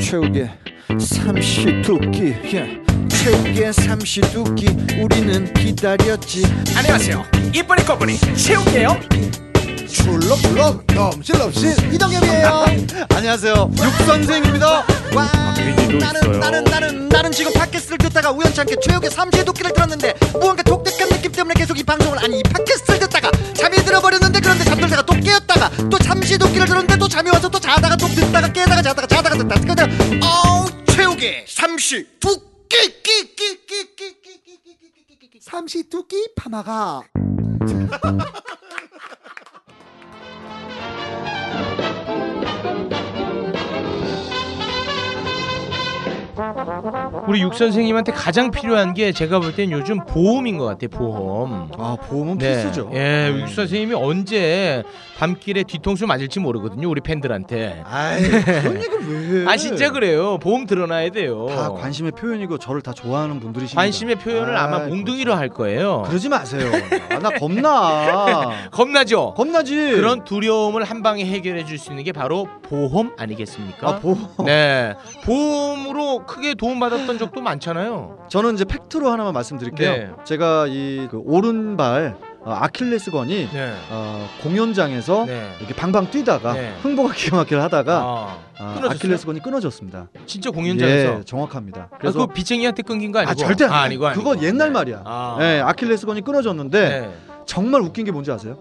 최후의 삼시두끼 예. 최후의 삼시두끼 우리는 기다렸지 안녕하세요. 이쁜이 꺼분이 채울게요. 출렁출렁 넘실넘실 이동엽이에요 안녕하세요 육선생입니다 와 나는 나는 나는 나는 지금 팟캐스트를 듣다가 우연찮게 최욱의 삼시두끼를 들었는데 무언가 독특한 느낌 때문에 계속 이 방송을 아니 이 팟캐스트를 듣다가 잠이 들어버렸는데 그런데 잠들다가 또 깨었다가 또 삼시두끼를 들었는데 또 잠이 와서 또 자다가 또 듣다가 깨다가 자다가 자다가 듣다가 그냥 어우 최욱의 삼시두끼 끼끼끼끼끼끼끼끼끼끼끼끼끼 삼시두끼 파마가 우리 육 선생님한테 가장 필요한 게 제가 볼 땐 요즘 보험인 것 같아요. 보험. 아 보험은 예, 음. 육 선생님이 언제 밤길에 뒤통수 맞을지 모르거든요. 우리 팬들한테. 아이 그런 얘기 왜? 해. 네. 어. 아 진짜 그래요. 보험 드러나야 돼요. 네. 다 관심의 표현이고 저를 다 좋아하는 분들이십니다. 관심의 표현을 아이, 그렇죠. 아마 몽둥이로 할 거예요. 그러지 마세요. 아, 나 겁나. 겁나죠. 겁나지. 그런 두려움을 한 방에 해결해 줄 수 있는 게 바로 보험 아니겠습니까? 아, 보. 네, 보험으로 크게 도움 받았던 적도 많잖아요. 저는 이제 팩트로 하나만 말씀드릴게요. 네. 제가 이그 오른발 어, 아킬레스건이 네, 어, 공연장에서 네. 이렇게 방방 뛰다가 네. 흥보가 기가 막히를 하다가 아, 아, 끊어졌어요? 아킬레스건이 끊어졌습니다. 진짜 공연장에서. 예, 정확합니다. 아, 그래서 그거 비쟁이한테 끊긴 거 아니고? 아, 절대 아니에요. 니고 아니고. 그건 옛날 말이야. 아, 예, 아킬레스건이 끊어졌는데 네. 정말 웃긴 게 뭔지 아세요?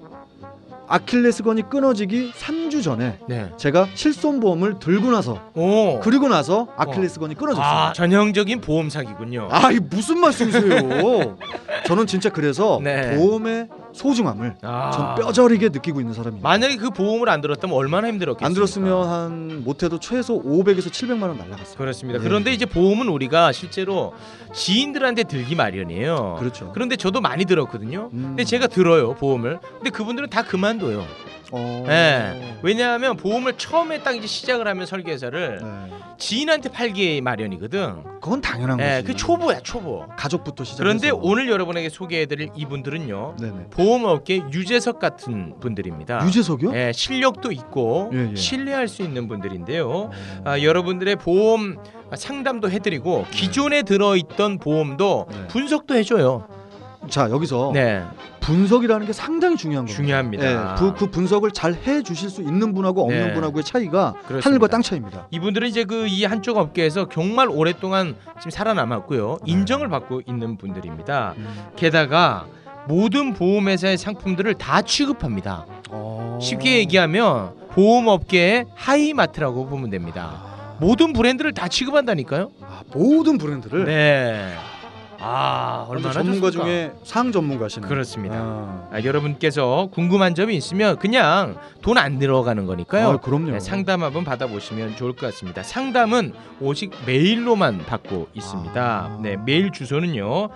아킬레스건이 끊어지기 3주 전에 네. 제가 실손보험을 들고 나서 오. 그리고 나서 아킬레스건이 어. 아, 끊어졌습니다. 전형적인 보험 사기군요. 아, 이 무슨 말씀이세요? 저는 진짜 그래서 네. 보험의 소중함을 아. 전 뼈저리게 느끼고 있는 사람입니다. 만약에 그 보험을 안 들었다면 얼마나 힘들었겠습니까? 안 들었으면 한 못해도 최소 500에서 700만 원 날라갔어요. 그렇습니다. 네. 그런데 이제 보험은 우리가 실제로 지인들한테 들기 마련이에요. 그렇죠. 그런데 저도 많이 들었거든요. 음. 그러니까. 근데 제가 들어요 보험을. 근데 그분들은 다 그만둬요. 어... 예. 왜냐하면 보험을 처음에 딱 이제 시작을 하면 설계사를 네. 지인한테 팔기 마련이거든. 그건 당연한 예, 거지. 그 초보야 초보. 가족부터 시작. 그런데 오늘 여러분에게 소개해드릴 이분들은요 네네. 보험업계 유재석 같은 분들입니다. 유재석이요? 예, 실력도 있고 예, 어. 예. 신뢰할 수 있는 분들인데요. 아, 여러분들의 보험 상담도 해드리고 기존에 들어있던 보험도 네. 어. 분석도 해줘요. 자 여기서 네, 분석이라는 게 상당히 중요한 거예요. 중요합니다. 예, 부- 그 분석을 잘 해주실 수 있는 분하고 없는 네. 분하고의 차이가 그렇습니다. 하늘과 땅 차이입니다. 이분들은 이제 그 이 한쪽 업계에서 정말 오랫동안 지금 살아남았고요 네. 인정을 받고 있는 분들입니다. 게다가 모든 보험회사의 상품들을 다 취급합니다. 쉽게 얘기하면 보험업계의 하이마트라고 보면 됩니다. 모든 브랜드를 다 취급한다니까요. 아, 모든 브랜드를 네. 아 얼마나 전문가 좋습니까? 중에 상 전문가시네. 그렇습니다. 아, 아, 여러분께서 궁금한 점이 있으면 그냥 돈 안 들어가는 아, 거니까요. 그럼요. 네, 상담 한번 받아보시면 좋을 것 같습니다. 상담은 오직 메일로만 받고 있습니다. 아. 네, 메일 주소는요.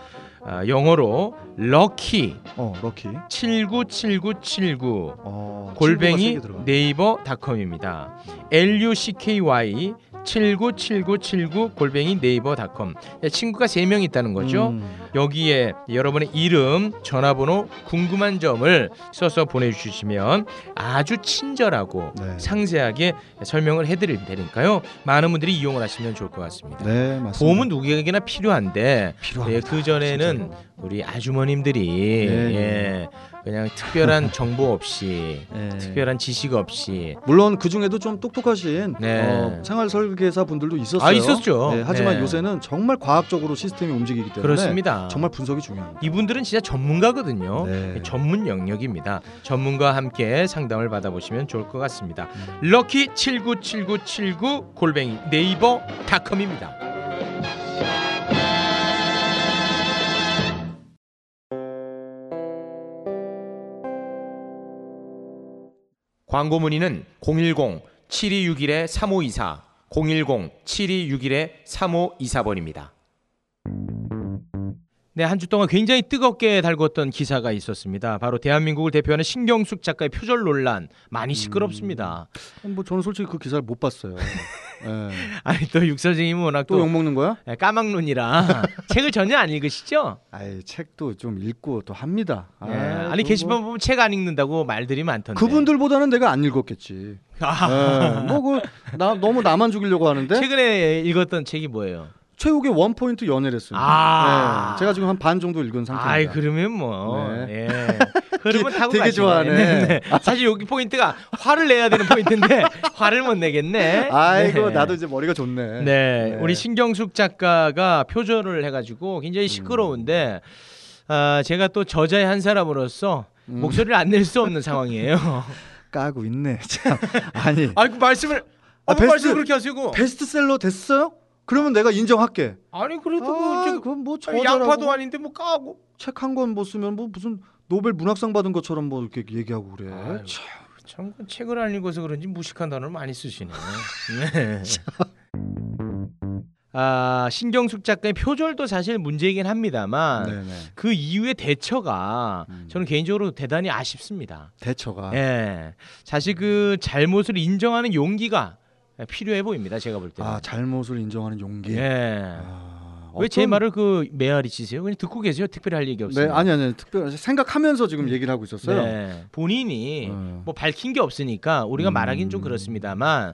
아, 영어로 lucky 어 럭키. 797979 어, 골뱅이 친구가 세게 들어가네. 네이버닷컴입니다. L U C K Y 797979 골뱅이 네이버닷컴. 네, 친구가 세 명 있다는 거죠. 음, 여기에 여러분의 이름, 전화번호, 궁금한 점을 써서 보내주시면 아주 친절하고 네. 상세하게 설명을 해드릴 테니까요. 많은 분들이 이용을 하시면 좋을 것 같습니다. 네 맞습니다. 보험은 누구에게나 필요한데 필요합니다. 예, 그 전에는 진짜로. 우리 아주머님들이 네. 예, 그냥 특별한 정보 없이 예. 특별한 지식 없이 물론 그 중에도 좀 똑똑하신 네. 어, 생활 설계사 분들도 있었어요. 아 있었죠. 네, 하지만 네. 요새는 정말 과학적으로 시스템이 움직이기 때문에 그렇습니다. 정말 분석이 중요합니다. 이분들은 진짜 전문가거든요. 네. 전문 영역입니다. 전문가와 함께 상담을 받아보시면 좋을 것 같습니다. 럭키 797979 골뱅이 네이버닷컴입니다. 광고 문의는 010 7261의 3524 010 7261의 3524번입니다. 네, 한 주 동안 굉장히 뜨겁게 달궜던 기사가 있었습니다. 바로 대한민국을 대표하는 신경숙 작가의 표절 논란 많이 시끄럽습니다. 음. 뭐 저는 솔직히 그 기사를 못 봤어요. 예. 아니 또 육선생님은 워낙 또 또, 예, 욕먹는 거야? 까막눈이라 책을 전혀 안 읽으시죠? 아이 책도 좀 읽고 또 합니다. 아, 아이, 니 또 게시판 뭐. 보면 책 안 읽는다고 말들이 많던데. 그분들보다는 내가 안 읽었겠지. 예. 아, 뭐그나 너무 나만 죽이려고 하는데 최근에 읽었던 책이 뭐예요? 최욱의 원 포인트 연애를 했습니다. 아. 예, 제가 지금 한 반 정도 읽은 상태입니다. 네. 아이 그러면 뭐 예. 흐름은 타고 되게 가시네. 좋아하네. 사실 여기 포인트가 화를 내야 되는 포인트인데 화를 못 내겠네. 아이고 네. 나도 이제 머리가 좋네. 네, 네. 우리 신경숙 작가가 표절을 해가지고 굉장히 시끄러운데 아, 제가 또 저자의 한 사람으로서 목소리를 안 낼 수 없는 상황이에요. 까고 있네. 참. 아니 아이 그 말씀을 아, 아, 그 베스트- 말씀 그렇게 하시고 베스트셀러 됐어요? 그러면 내가 인정할게. 아니 그래도 아, 뭐 지금 그건 뭐 아니, 양파도 아닌데 뭐 까고 책 한 권 뭐 쓰면 뭐 무슨 노벨 문학상 받은 것처럼 뭐 이렇게 얘기하고 그래. 아유, 참. 참그 책을 안 읽어서 그런지 무식한 단어를 많이 쓰시네. 네. 아 신경숙 작가의 표절도 사실 문제이긴 합니다만 네네. 그 이후의 대처가 음. 저는 개인적으로 대단히 아쉽습니다. 대처가. 예. 사실 그 잘못을 인정하는 용기가 필요해 보입니다. 제가 볼 때는. 아 잘못을 인정하는 용기. 예. 아, 왜 제 어떤- 말을 그 메아리치세요? 그냥 듣고 계세요. 특별히 할 얘기 없어요. 음. 네 아니 아니 특별 생각하면서 지금 얘기를 하고 있었어요. 네. 본인이 음. 뭐 밝힌 게 없으니까 우리가 음. 말하긴 좀 그렇습니다만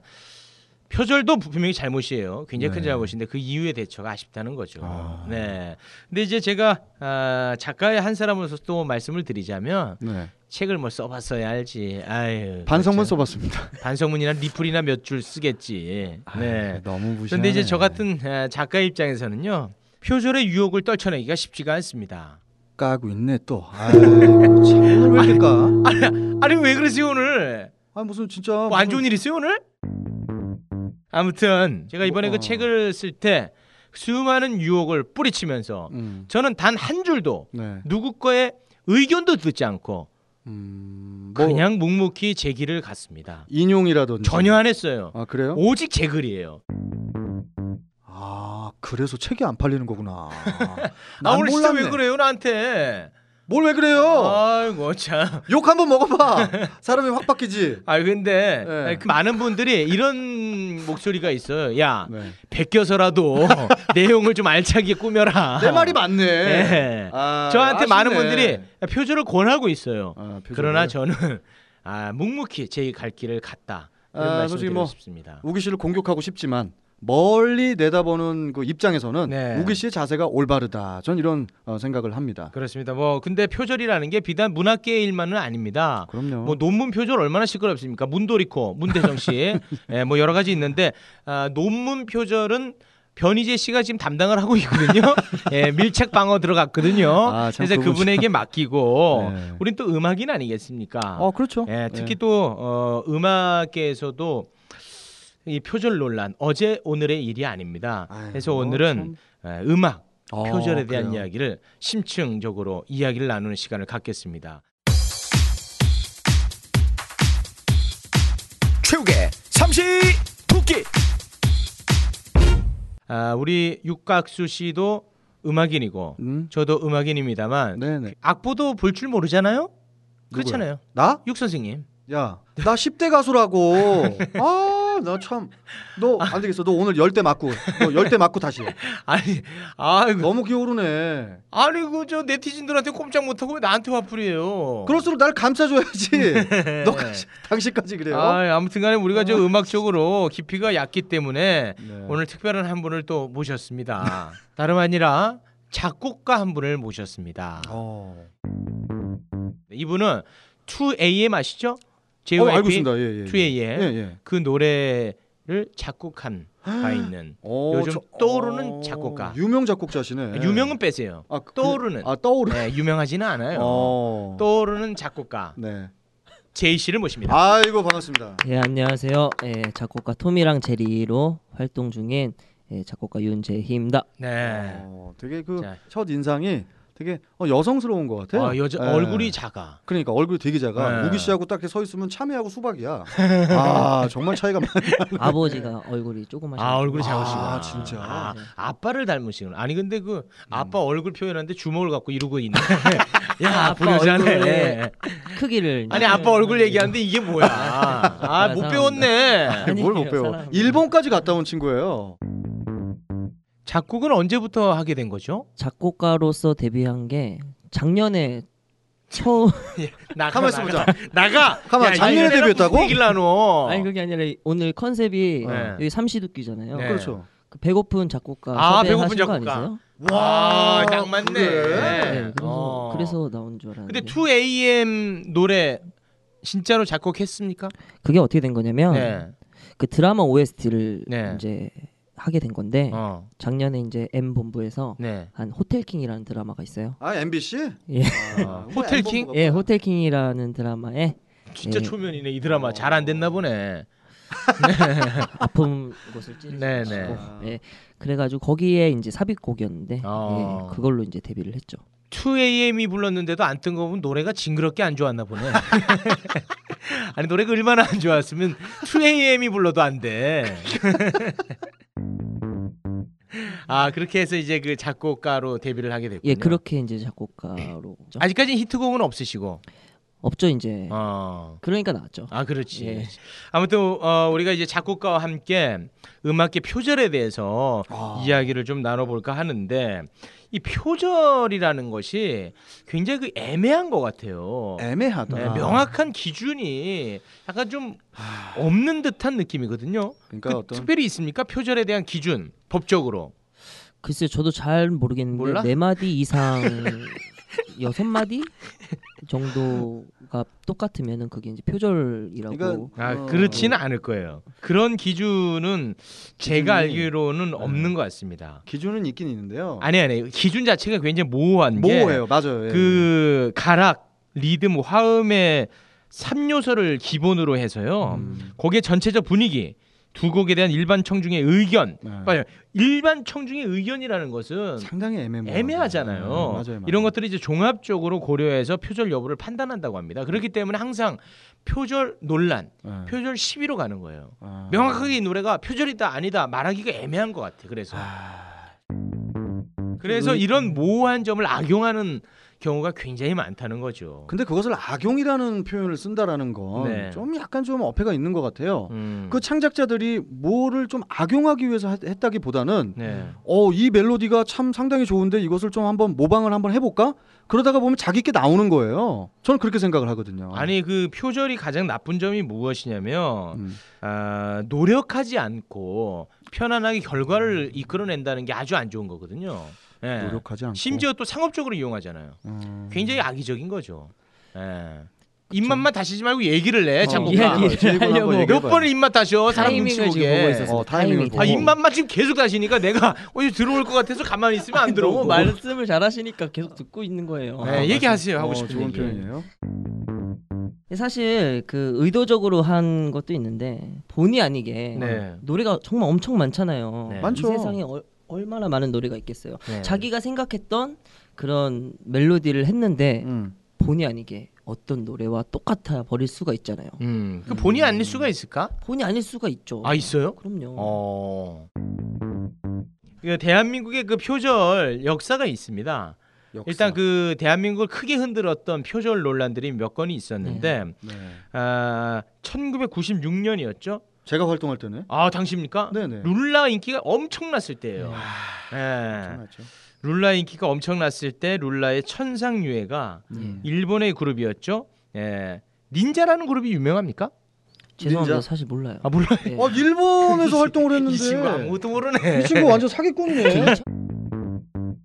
표절도 부- 분명히 잘못이에요. 굉장히 큰 네. 잘못인데 그 이후의 대처가 아쉽다는 거죠. 아. 네. 근데 이제 제가 아, 작가의 한 사람으로서 또 말씀을 드리자면 네. 책을 뭐 써봤어야 알지. 아유. 반성문 그렇죠. 써봤습니다. 반성문이나 리플이나 몇 줄 쓰겠지. 네. 너무 무시. 그런데 이제 저 같은 아, 작가 입장에서는요. 표절의 유혹을 떨쳐내기가 쉽지가 않습니다. 까고 있네 또. 아이고 참. 왜 이럴까? 아니 왜 그러세요 오늘? 아 무슨 진짜 뭐 안 무슨- 좋은 일 있어요 오늘? 아무튼 제가 이번에 어. 그 책을 쓸 때 수많은 유혹을 뿌리치면서 음. 저는 단 한 줄도 네. 누구 거에 의견도 듣지 않고 음, 뭐 그냥 묵묵히 제 길을 갔습니다. 인용이라든지. 전혀 안 했어요. 아 그래요? 오직 제 글이에요. 아 그래서 책이 안 팔리는 거구나. 아 난 오늘 진짜 왜 몰랐네. 그래요 나한테? 뭘 왜 그래요? 아이고 참. 욕 한번 먹어봐. 사람이 확 바뀌지. 아 근데 네. 아니, 그 많은 분들이 이런 목소리가 있어요. 야 네. 베껴서라도 내용을 좀 알차게 꾸며라. 내 말이 맞네. 아. 네. 아, 저한테 많은 아쉽네. 분들이 표절을 권하고 있어요. 아, 표정을. 그러나 저는 아, 묵묵히 제 갈 길을 갔다. 이런 아, 말씀을 솔직히 드리고 뭐- 싶습니다. 우기 씨를 공격하고 싶지만 멀리 내다보는 그 입장에서는 네. 우기 씨의 자세가 올바르다. 전 이런 어, 생각을 합니다. 그렇습니다. 뭐 근데 표절이라는 게 비단 문학계의 일만은 아닙니다. 그럼요. 뭐 논문 표절 얼마나 시끄럽습니까? 문도리코, 문대정 씨, 예, 뭐 여러 가지 있는데 아, 논문 표절은 변희재 씨가 지금 담당을 하고 있거든요. 예, 밀착 방어 들어갔거든요. 아, 참 그래서 그분 그분에게 맡기고 네. 우린 또 음악인 아니겠습니까? 어 그렇죠. 예, 특히 또 어, 음악계에서도 이 표절 논란 어제 오늘의 일이 아닙니다. 아유, 그래서 뭐 오늘은 에, 음악 어, 표절에 대한 그래요. 이야기를 심층적으로 이야기를 나누는 시간을 갖겠습니다. 최욱의 삼시 두끼 아, 우리 육각수 씨도 음악인이고 음? 저도 음악인입니다만 네네. 악보도 볼 줄 모르잖아요. 그렇잖아요. 나? 육 선생님. 야, 나 10대 가수라고. 아, 나 참. 너 안 되겠어. 너 오늘 열대 맞고. 너 열대 맞고 다시. 아니, 아이고, 너무 기어오르네. 아니 그저 네티즌들한테 꼼짝 못하고 왜 나한테 화풀이에요. 그럴수록 날 감싸줘야지. 너까지 당신까지 그래요. 네. 아, 아무튼간에 우리가 저 음악적으로 깊이가 얕기 때문에 네. 오늘 특별한 한 분을 또 모셨습니다. 다름 아니라 작곡가 한 분을 모셨습니다. 어. 이분은 2AM 아시죠? 어, 알고 JYP 있습니다. 예, 예. 2AM 예, 예. 그 노래를 작곡한 바 있는 어, 요즘 떠오르는 작곡가. 유명 작곡자시네. 유명은 빼세요. 아, 그- 떠오르는 아, 떠오르. 네, 유명하지는 않아요. 어. 떠오르는 작곡가 네. 제이 씨를 모십니다. 아이고 반갑습니다. 예 안녕하세요. 예, 작곡가 토미랑 제리로 활동 중인 예, 작곡가 윤재희입니다. 네. 어, 되게 그 자. 첫 인상이 되게 어, 여성스러운 것 같아요. 아, 여자 예. 얼굴이 작아. 그러니까 얼굴이 되게 작아. 네. 우기 씨하고 딱 이렇게 서 있으면 참외하고 수박이야. 아 정말 차이가 많아. 아버지가 얼굴이 조그마시. 아 얼굴이 작으시구나. 아, 진짜. 음. 아, 아빠를 닮으시는. 아니 근데 그 아빠 얼굴 표현하는데 주먹을 갖고 이러고 있네. 아, 야 아빠 보여주네. 얼굴에. 크기를. 예. 아니 아빠 네. 얼굴 얘기하는데 이게 뭐야? 아 못 사랑합니다. 배웠네. 아니에요, 뭘 못 배워. 사랑합니다. 일본까지 갔다 온 친구예요. 작곡은 언제부터 하게 된 거죠? 작곡가로서 데뷔한 게 작년에 처음. 아, 나가, 가만 있어 보자. 나가. 가만, 야, 작년에 얘네랑 데뷔했다고? 무슨 얘기를 나눠. 아니 그게 아니라 이- 오늘 컨셉이 어. 네. 여기 삼시두끼잖아요. 네. 그렇죠. 그 배고픈 작곡가 아, 배고픈 섭외하신 거 작곡가. 아니세요? 와, 아, 양 맞네. 그래? 네. 그래서 어. 그래서 나온 줄 알았는데. 근데 2AM 노래 진짜로 작곡했습니까? 그게 어떻게 된 거냐면 네. 그 드라마 OST를 네. 이제 하게 된 건데 어. 작년에 이제 M 본부에서 네. 한 호텔킹이라는 드라마가 있어요. 아 MBC? 예. 아, 호텔 킹? 예, 호텔킹이라는 드라마에 진짜 예. 초면이네. 이 드라마 잘 안 됐나 보네. 아픔 곳을 찌르시고 네, 예, 그래가지고 거기에 이제 삽입곡이었는데 어. 예, 그걸로 이제 데뷔를 했죠. 2AM이 불렀는데도 안 뜬 거 보면 노래가 징그럽게 안 좋았나 보네. 아니 노래가 얼마나 안 좋았으면 2AM이 불러도 안 돼. 아 그렇게 해서 이제 그 작곡가로 데뷔를 하게 됐군요. 예, 그렇게 이제 작곡가로 아직까지 히트곡은 없으시고. 없죠 이제. 어. 그러니까 나왔죠. 아 그렇지. 예. 아무튼 어, 우리가 이제 작곡가와 함께 음악계 표절에 대해서 이야기를 좀 나눠볼까 하는데 이 표절이라는 것이 굉장히 그 애매한 것 같아요. 애매하다. 네, 명확한 기준이 약간 좀 없는 듯한 느낌이거든요. 그러니까 그 어떤 특별히 있습니까? 표절에 대한 기준 법적으로. 글쎄 저도 잘 모르겠는데 몰라? 네 마디 이상 여섯 마디 정도가 똑같으면은 그게 이제 표절이라고. 그러니까 아 어, 그렇지는 않을 거예요. 그런 기준은 제가 기준이- 알기로는 없는 것 같습니다. 기준은 있긴 있는데요. 아니 아니 기준 자체가 굉장히 모호한 게 모호해요. 맞아요. 예. 그 가락, 리듬, 화음의 3요소를 기본으로 해서요. 음. 거기에 전체적 분위기, 두 곡에 대한 일반 청중의 의견. 네. 빨리 일반 청중의 의견이라는 것은 상당히 애매모 애매하잖아요. 음, 맞아요, 맞아요. 이런 것들을 이제 종합적으로 고려해서 표절 여부를 판단한다고 합니다. 그렇기 때문에 항상 표절 논란, 네. 표절 시위로 가는 거예요. 아. 명확하게 이 노래가 표절이다 아니다 말하기가 애매한 것 같아. 그래서 그래서 이런 모호한 점을 악용하는 경우가 굉장히 많다는 거죠. 근데 그것을 악용이라는 표현을 쓴다라는 건 네. 좀 약간 좀 어폐가 있는 것 같아요. 음. 그 창작자들이 뭐를 좀 악용하기 위해서 했- 했다기보다는 네. 어, 이 멜로디가 참 상당히 좋은데 이것을 좀 한번 모방을 한번 해볼까? 그러다가 보면 자기 게 나오는 거예요. 저는 그렇게 생각을 하거든요. 아니 그 표절이 가장 나쁜 점이 무엇이냐면 음. 아, 노력하지 않고 편안하게 결과를 이끌어낸다는 게 아주 안 좋은 거거든요. 예. 음. 노력하지 않고 심지어 또 상업적으로 이용하잖아요. 음. 굉장히 악의적인 거죠. 예. 입맛만 다시지 말고 얘기를 어, 해. 이야기. 장국가 한번 질문 한번 하려고. 얘기해봐요. 어, 몇 번을 입맛 다셔. 사람 눈치 타이밍을 지금 보고 보게. 있었어요. 어, 타이밍을 타이밍. 보고. 아, 입맛만 지금 계속 다시니까 내가 어디 들어올 것 같아서 가만히 있으면 안 들어오고 너무 말. 말씀을 잘하시니까 계속 듣고 있는 거예요. 예, 얘기하세요. 하고 어, 싶은 좋은 얘기. 표현이에요. 사실 그 의도적으로 한 것도 있는데 본의 아니게 네. 노래가 정말 엄청 많잖아요. 네. 많죠. 이 세상에 얼- 얼마나 많은 노래가 있겠어요. 네. 자기가 생각했던 그런 멜로디를 네. 했는데 음. 본의 아니게 어떤 노래와 똑같아 버릴 수가 있잖아요. 음. 그 본의 아닐 수가 있을까? 본의 아닐 수가 있죠. 아 있어요? 그럼요. 어. 그 대한민국의 그 표절 역사가 있습니다. 일단 그 대한민국을 크게 흔들었던 표절 논란들이 몇 건이 있었는데 네. 아, 1996년이었죠. 제가 활동할 때는 아 당시입니까? 네네. 룰라 인기가 엄청났을 때예요. 네. 예. 괜찮았죠. 룰라 인기가 엄청났을 때 룰라의 천상유해가 음. 예. 일본의 그룹이었죠. 예. 닌자라는 그룹이 유명합니까? 죄송합니다. 닌자? 사실 몰라요. 아 몰라. 예. 어, 일본에서 활동을 했는데 어. 이 친구 아무것도 모르네. 이 친구 완전 사기꾼이네.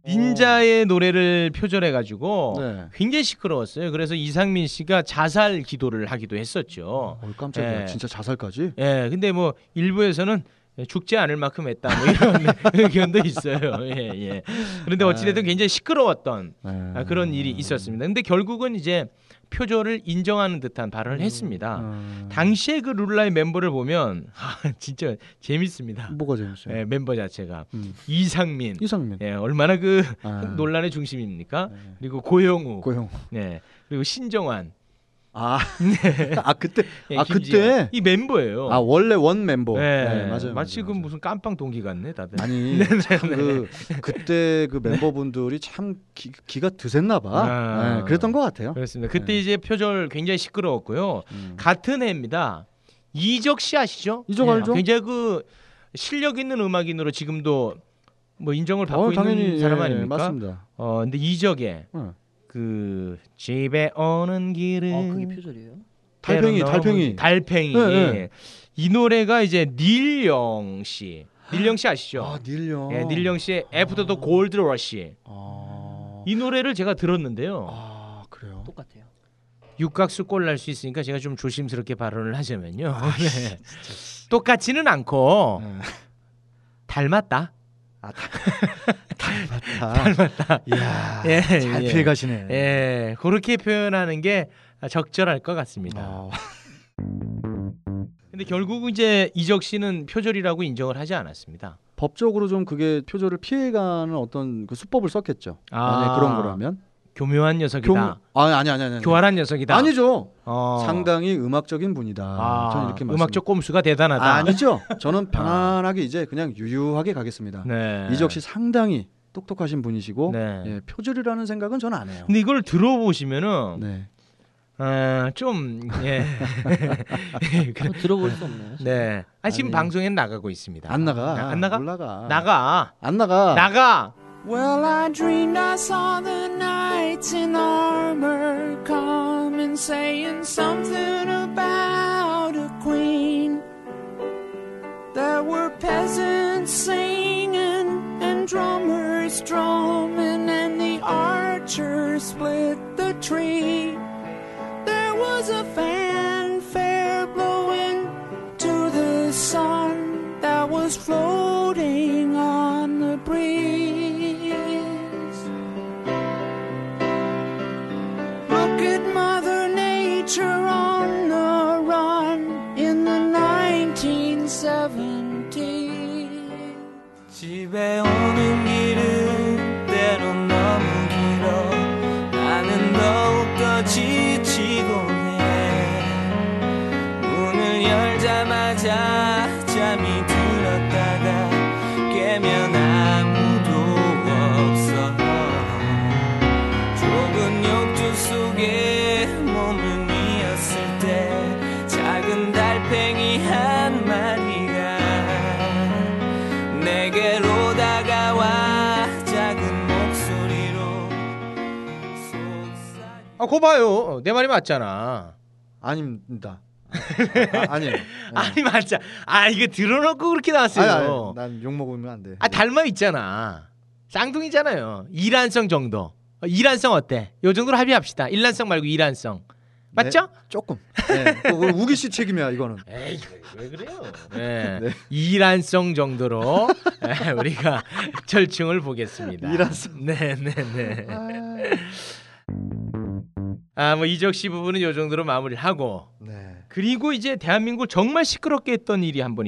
닌자의 노래를 표절해가지고 네. 굉장히 시끄러웠어요. 그래서 이상민 씨가 자살 기도를 하기도 했었죠. 어, 깜짝이야. 예. 진짜 자살까지? 예, 근데 뭐 일부에서는 예, 죽지 않을 만큼 했다 뭐 이런 의견도 있어요. 예, 예. 그런데 어찌됐든 굉장히 시끄러웠던 아, 그런 일이 음. 있었습니다. 근데 결국은 이제 표절을 인정하는 듯한 발언을 음. 했습니다. 아, 당시에 그 룰라의 멤버를 보면 아, 진짜 재밌습니다. 뭐가 재밌어요? 예, 멤버 자체가 그렇죠. 음. 이상민 이상민. 예, 얼마나 그 아. 논란의 중심입니까? 네. 그리고 고영우, 고용. 네, 그리고 신정환, 아, 아 그때 예, 아, 김지현. 그때? 이 멤버예요. 아 원래 원 멤버. 예, 네, 맞아요. 마치 맞아요, 그 맞아요. 무슨 깜빵 동기 같네, 네. 다들. 아니 참 그 그때 그 멤버분들이 참 기, 기가 드셌나 봐. 아. 네, 그랬던 것 같아요. 그렇습니다. 그때 네. 이제 표절 굉장히 시끄러웠고요. 음. 같은 해입니다. 이적 씨 아시죠? 이적 알죠? 굉장히 그 실력 있는 음악인으로 지금도 뭐 인정을 받고 어, 있는 당연히 사람 예, 아닙니까? 맞습니다. 어, 근데 이적에 어. 그 집에 오는 길은 아 그게 표절이에요? 어. 달팽이, 때로 달팽이. 넘어지- 달팽이. 네, 네. 이 노래가 이제 닐영 씨. 닐영 씨 아시죠? 아 닐령. 예, 닐영 씨의 After the Gold Rush. 아, 이 노래를 제가 들었는데요. 아 그래요. 똑같아요. 육각수 꼴 날 수 있으니까 제가 좀 조심스럽게 발언을 하자면요. 네. 똑같지는 않고 아, 네. 닮았다. 닮았다. 아. 이야, 예, 잘 예. 피해가시네. 예, 그렇게 표현하는 게 적절할 것 같습니다. 아, 근데 결국 이제 이적 씨는 표절이라고 인정을 하지 않았습니다. 법적으로 좀 그게 표절을 피해가는 어떤 그 수법을 썼겠죠. 아. 만약 그런 거라면. 교묘한 녀석이다. 아 아니 아니 아니. 아니. 교활한 녀석이다. 아니죠. 어. 상당히 음악적인 분이다. 아, 저는 이렇게 말씀. 음악적 꼼수가 대단하다. 아니죠. 저는 편안하게 이제 그냥 유유하게 가겠습니다. 네. 이적 씨 상당히 똑똑하신 분이시고 네. 예, 표절이라는 생각은 저는 안 해요. 근데 이걸 들어보시면은 네. 어, 좀 예. 또 들어볼 수 없네요. 네. 아 지금 아니. 방송엔 나가고 있습니다. 안 나가. 안 나가? 올라가. 나가. 안 나가. 나가. Well, I dreamed I saw the knights in armor coming, saying something about a queen. There were peasants singing and drummers drumming, and the archers split the tree. There was a fanfare blowing to the sun that was floating on the breeze. Look at Mother Nature on the run in the 1970s. 집에 오는 길은 때론 너무 길어 나는 더욱더 지치곤 해 문을 열자마자 잠이 들었다가 깨면 아무도 없어 좁은 욕조 속에 몸을 미었을 때 작은 달팽이 한 마리가 내게로 다가와 작은 목소리로 속삭여 아, 거 봐요. 내 말이 맞잖아. 어. 아닙니다. 아, 아니에요. 네. 아니 맞자. 아 이거 들어놓고 그렇게 나왔어요. 아니, 아니, 난욕 먹으면 안 돼. 아 닮아 있잖아. 쌍둥이잖아요. 일란성 정도. 어, 일란성 어때? 요 정도로 합의합시다. 일란성 말고 일란성. 맞죠? 네, 조금. 네. 어, 우기 씨 책임이야 이거는. 에이 왜 그래요? 네. 이란성 정도로 예, 우리가 절충을 보겠습니다. 이란성. 네네네. 아, 아 뭐 이적 씨 부분은 요 정도로 마무리를 하고 네. 그리고 이제 대한민국 정말 시끄럽게 했던 일이 한 번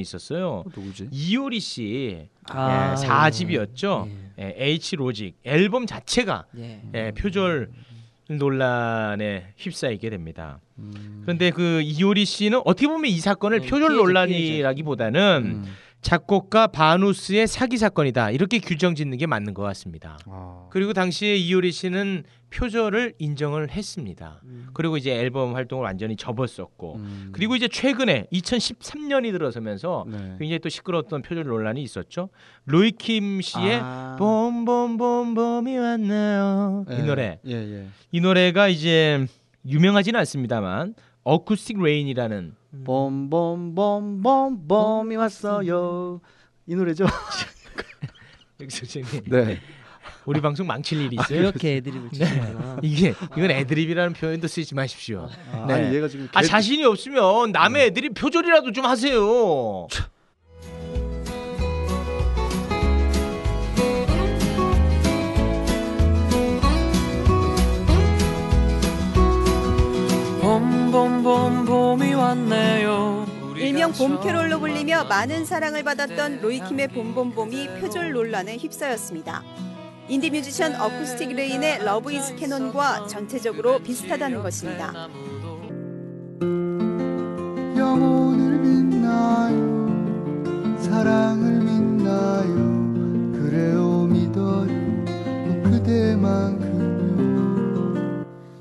어, 있었어요. 누구지? 이효리 씨 아, 예, 4집이었죠. 예, H 로직 앨범 자체가 예. 예, 표절 논란에 휩싸이게 됩니다. 음. 그런데 그 이효리 씨는 어떻게 보면 이 사건을 음, 표절 피해자, 논란이라기보다는 음. 작곡가 바누스의 사기 사건이다 이렇게 규정 짓는 게 맞는 것 같습니다. 아. 그리고 당시에 이효리 씨는 표절을 인정을 했습니다. 음. 그리고 이제 앨범 활동을 완전히 접었었고 음. 그리고 그 이제 최근에 2013년이 들어서면서 네. 굉장히 또 시끄러웠던 표절 논란이 있었죠. 로이킴 씨의 아. 봄봄봄봄이 왔나요 예, 이 노래 예 예. 이 노래가 이제 유명하지는 않습니다만 어쿠스틱 레인이라는 봄봄봄봄봄이 왔어요. 이 노래죠? 선생님 네. 우리 방송 망칠 아, 일이 있어요. 음. 그렇죠. 이렇게 애드립을 네. 치시구나. 이게 이건 애드립이라는 표현도 쓰지 마십시오. 아, 네. 아니 얘가 지금 아 개- 자신이 없으면 남의 애드립 표절이라도 좀 하세요. 봄봄봄 봄이 왔네요 일명 봄캐롤로 불리며 많은 사랑을 받았던 로이킴의 봄봄봄이 표절 논란에 휩싸였습니다. 인디 뮤지션 어쿠스틱 레인의 러브 이즈 캐논과 전체적으로 비슷하다는 것입니다. 영혼을 믿나요 사랑을 믿나요 그래요 뭐 믿어요 그대만큼요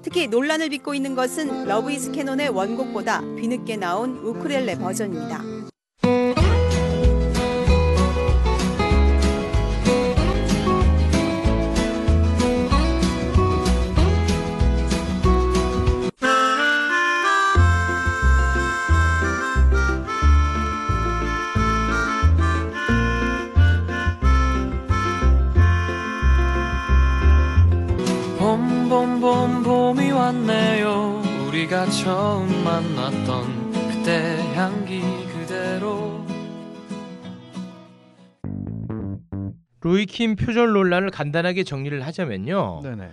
특히 논란을 빚고 있는 것은 러브 이즈 캐논의 원곡보다 뒤늦게 나온 우크렐레 버전입니다. 봄봄봄 봄이 왔네요 우리가 처음 만났던 그때 향기 그대로 로이킴 표절 논란을 간단하게 정리를 하자면요. 네네.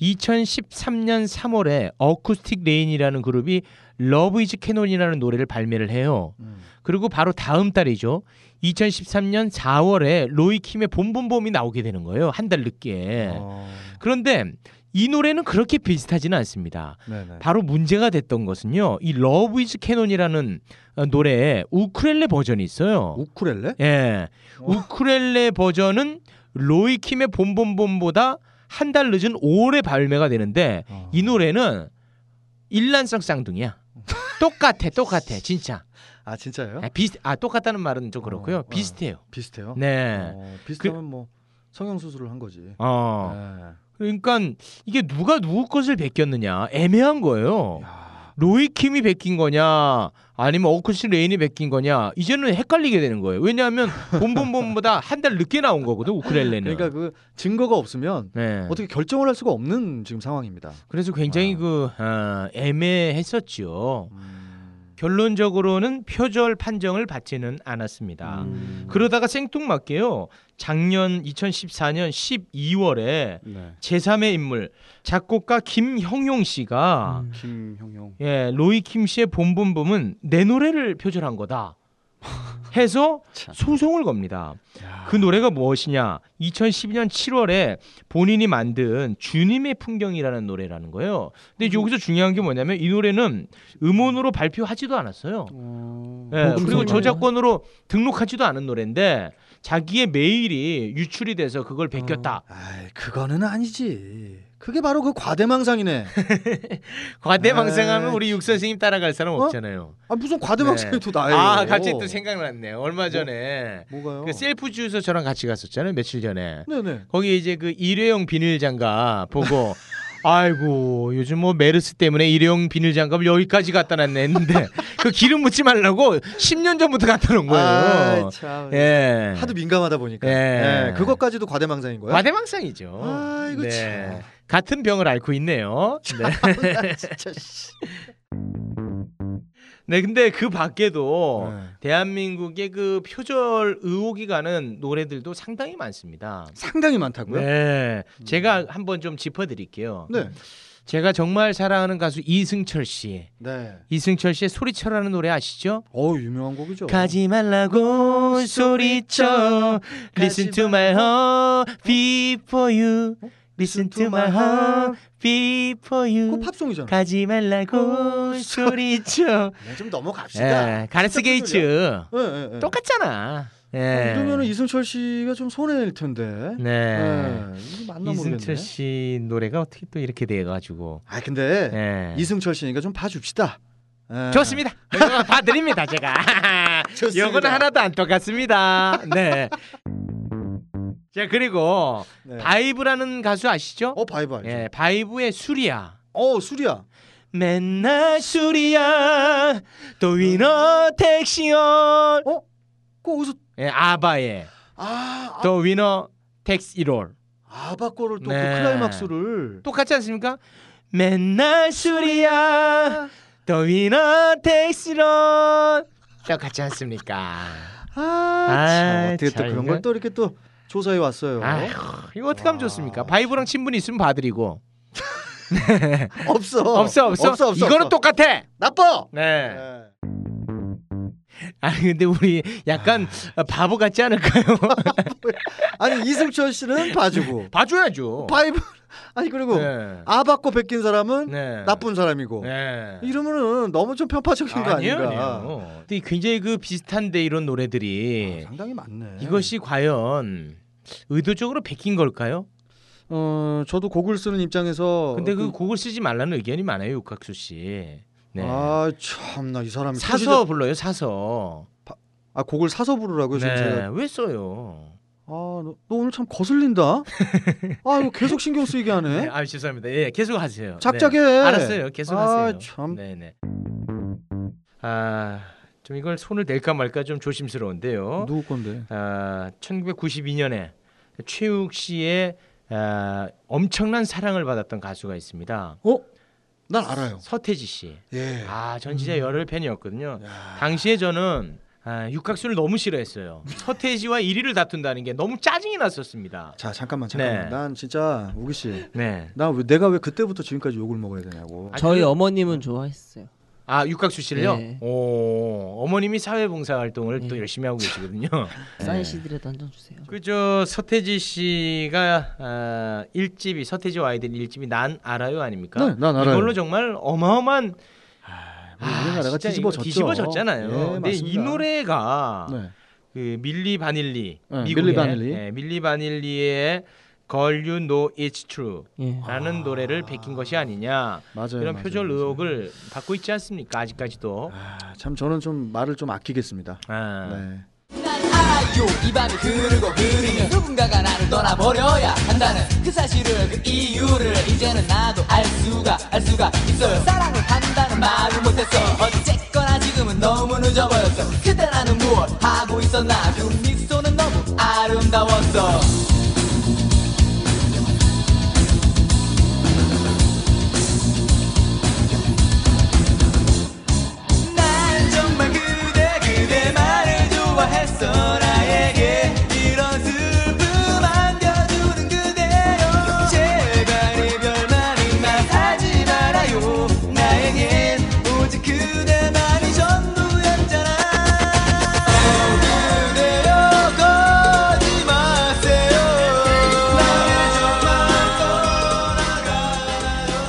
2013년 3월에 어쿠스틱 레인이라는 그룹이 러브 이즈 캐논이라는 노래를 발매를 해요. 음. 그리고 바로 다음 달이죠. 2013년 4월에 로이킴의 봄봄봄이 나오게 되는 거예요. 한 달 늦게. 어, 그런데 이 노래는 그렇게 비슷하지는 않습니다. 네네. 바로 문제가 됐던 것은요. 이 러브 이즈 캐논이라는 어, 노래에 우크렐레 버전이 있어요. 우쿨렐레? 어. 예. 우크렐레 버전은 로이킴의 봄봄봄보다 한 달 늦은 5월에 발매가 되는데 어. 이 노래는 일란성 쌍둥이야. 똑같아, 똑같아, 진짜. 아 진짜예요? 아, 비슷, 아 똑같다는 말은 좀 그렇고요. 어, 네. 비슷해요. 비슷해요. 네. 어, 비슷하면 뭐 성형 수술을 한 거지. 어. 네. 그러니까 이게 누가 누구 것을 베꼈느냐 애매한 어. 거예요. 야, 로이킴이 베낀 거냐 아니면 어쿠시 레인이 베낀 거냐 이제는 헷갈리게 되는 거예요. 왜냐하면 봄봄봄보다 한 달 늦게 나온 거거든 우크렐레는. 그러니까 그 증거가 없으면 네. 어떻게 결정을 할 수가 없는 지금 상황입니다. 그래서 굉장히 아. 그 아, 애매했었지요. 음. 결론적으로는 표절 판정을 받지는 않았습니다. 음. 그러다가 생뚱맞게요. 작년 2014년 12월에 네. 제3의 인물 작곡가 김형용 씨가 음. 김형용. 예, 로이킴 씨의 봄봄봄은 내 노래를 표절한 거다. 해서 소송을 겁니다. 야. 그 노래가 무엇이냐? 2012년 7월에 본인이 만든 주님의 풍경이라는 노래라는 거예요. 근데 음. 여기서 중요한 게 뭐냐면 이 노래는 음원으로 발표하지도 않았어요. 음, 예, 보금 그리고 소리네요. 저작권으로 등록하지도 않은 노래인데 자기의 메일이 유출이 돼서 그걸 베꼈다. 아이, 그거는 아니지. 그게 바로 그 과대망상이네. 과대망상하면 음. 아이, 우리 육 선생님 따라갈 사람 어? 없잖아요. 아 무슨 과대망상이 네. 또 나예요. 아 갑자기 또 생각났네요. 얼마 전에 뭐가요? 그 셀프 주유소 저랑 같이 갔었잖아요. 며칠 전에. 네네. 거기 이제 그 일회용 비닐 장갑 보고 아이고 요즘 뭐 메르스 때문에 일회용 비닐 장갑을 여기까지 갖다 놨네 했는데 그 기름 묻지 말라고 10년 전부터 갖다 놓은 거예요. 아이, 참. 예. 하도 민감하다 보니까. 예. 예. 그것까지도 과대망상인 어. 네. 거예요. 과대망상이죠. 네. 아이고, 참. 같은 병을 앓고 있네요. 네. 진짜, 씨. 네, 근데 그 밖에도 네. 대한민국의 그 표절 의혹이 가는 노래들도 상당히 많습니다. 상당히 많다고요? 음. 네, 제가 한번 좀 짚어드릴게요. 네. 제가 정말 사랑하는 가수 이승철 씨. 네. 이승철 씨의 소리쳐라는 노래 아시죠? 어 유명한 곡이죠. 가지 말라고 소리쳐 Listen to my heart beat for you Listen to my heart beat for 그거 you 팝송이잖아. 가지 말라고 소리쳐 네, 좀 넘어갑시다. 예, 가레스 게이츠 예, 예, 예. 똑같잖아 예. 이러면 이승철 씨가 좀 손해일 텐데. 네 예, 이게 맞나 모르겠네. 이승철 씨 노래가 어떻게 또 이렇게 돼가지고 아 근데 예. 이승철 씨니까 좀 봐줍시다. 예. 아, 좋습니다. 이거 봐드립니다 제가. 좋습니다. 요거는 하나도 안 똑같습니다. 네. 자 그리고 네. 바이브라는 가수 아시죠? 어 바이브 알죠. 예, 바이브의 술이야. 어 수리야. 맨날 술이야. 또 위너 택시올. 그 어디서 예, 아바의 아 또 위너 택시롤. 아, 아바코를 또그 네. 클라이막스를 똑같지 않습니까? 맨날 술이야. 또 위너 택시롤. 똑같지 않습니까? 아참 아이, 어떻게 또 참, 그런 이거. 걸 또 이렇게 또 조사해 왔어요. 그렇죠. 아휴, 이거 어떻게 하면 와, 좋습니까? 바이브랑 친분이 있으면 봐드리고. 없어. 없어, 없어. 없어, 없어. 이거는 똑같아. 나빠. 네. 아니 근데 우리 약간 아. 바보 같지 않을까요? 아니 이승철 씨는 봐주고 봐줘야죠. 파이브 아니 그리고 네. 아바코 베낀 사람은 네. 나쁜 사람이고 네. 이러면은 너무 좀 편파적인 거 아니에요, 아닌가? 아니에요. 근데 굉장히 그 비슷한데 이런 아, 노래들이 상당히 아, 많네. 이것이 과연 의도적으로 베낀 걸까요? 어, 저도 곡을 쓰는 입장에서 어, 근데 그 곡을 쓰지 말라는 의견이 많아요, 육각수 씨. 네. 아, 참나 이 사람이 사서 불러요, 사서. 아, 곡을 사서 부르라고요, 지금 제가. 네. 왜 써요? 아, 너, 너 오늘 참 거슬린다. 아, 이거 계속 신경 쓰이게 네, 하네. 아 죄송합니다. 예, 계속 하세요. 작작해. 네. 알았어요. 계속 아, 하세요. 참. 네네. 아, 좀 이걸 손을 댈까 말까 좀 조심스러운데요. 누구 건데? 아, 1992년에 최욱 씨의 아, 엄청난 사랑을 받았던 가수가 있습니다. 난 알아요. 서태지 씨. 네. 예. 아, 전 음. 진짜 열혈 팬이었거든요. 당시에 저는 아, 육각수를 너무 싫어했어요. 서태지와 1위를 다툰다는 게 너무 짜증이 났었습니다. 자, 잠깐만 잠깐만. 네. 난 진짜 우기 씨. 네. 나 왜, 내가 왜 그때부터 지금까지 욕을 먹어야 되냐고. 아, 저희 그- 어머님은 좋아했어요. 아 육각수 씨를요? 네. 오 어머님이 사회봉사 활동을 또 네. 열심히 하고 계시거든요. 사인 CD라도 한 장 주세요. 그저 서태지 씨가 아, 1집이 서태지와 아이들 1집이 난 알아요 아닙니까? 네, 난 알아요. 아, 뭐 이걸로 정말 어마어마한 아, 우리나라가 진짜 뒤집어졌죠. 이거 뒤집어졌잖아요. 예, 근데 이 맞습니다. 노래가 네. 그 밀리 바닐리 네, 미국의 밀리 바닐리. 예, 밀리 바닐리의 Girl You Know It's True라는 예. 노래를 베낀 것이 아니냐 아. 맞아요. 이런 맞아요, 표절 맞아요. 의혹을 받고 있지 않습니까 아직까지도. 아, 참 저는 좀 말을 좀 아끼겠습니다. 아. 네. 난 알아요 이 밤이 흐르고 흐르면 누군가가 나를 떠나버려야 한다는 그 사실을 그 이유를 이제는 나도 알 수가 알 수가 있어요 사랑을 한다는 말을 못했어 어쨌거나 지금은 너무 늦어버렸어 그때 나는 무엇 하고 있었나 그 미소는 너무 아름다웠어 난 정말 그대 그대만을 좋아했어 나에게 이런 슬픔 안겨주는 그대여 제발 이별만 입맛하지 말아요 나에겐 오직 그대만이 전부였잖아 그대여 거지 마세요 나를 정말 떠나가요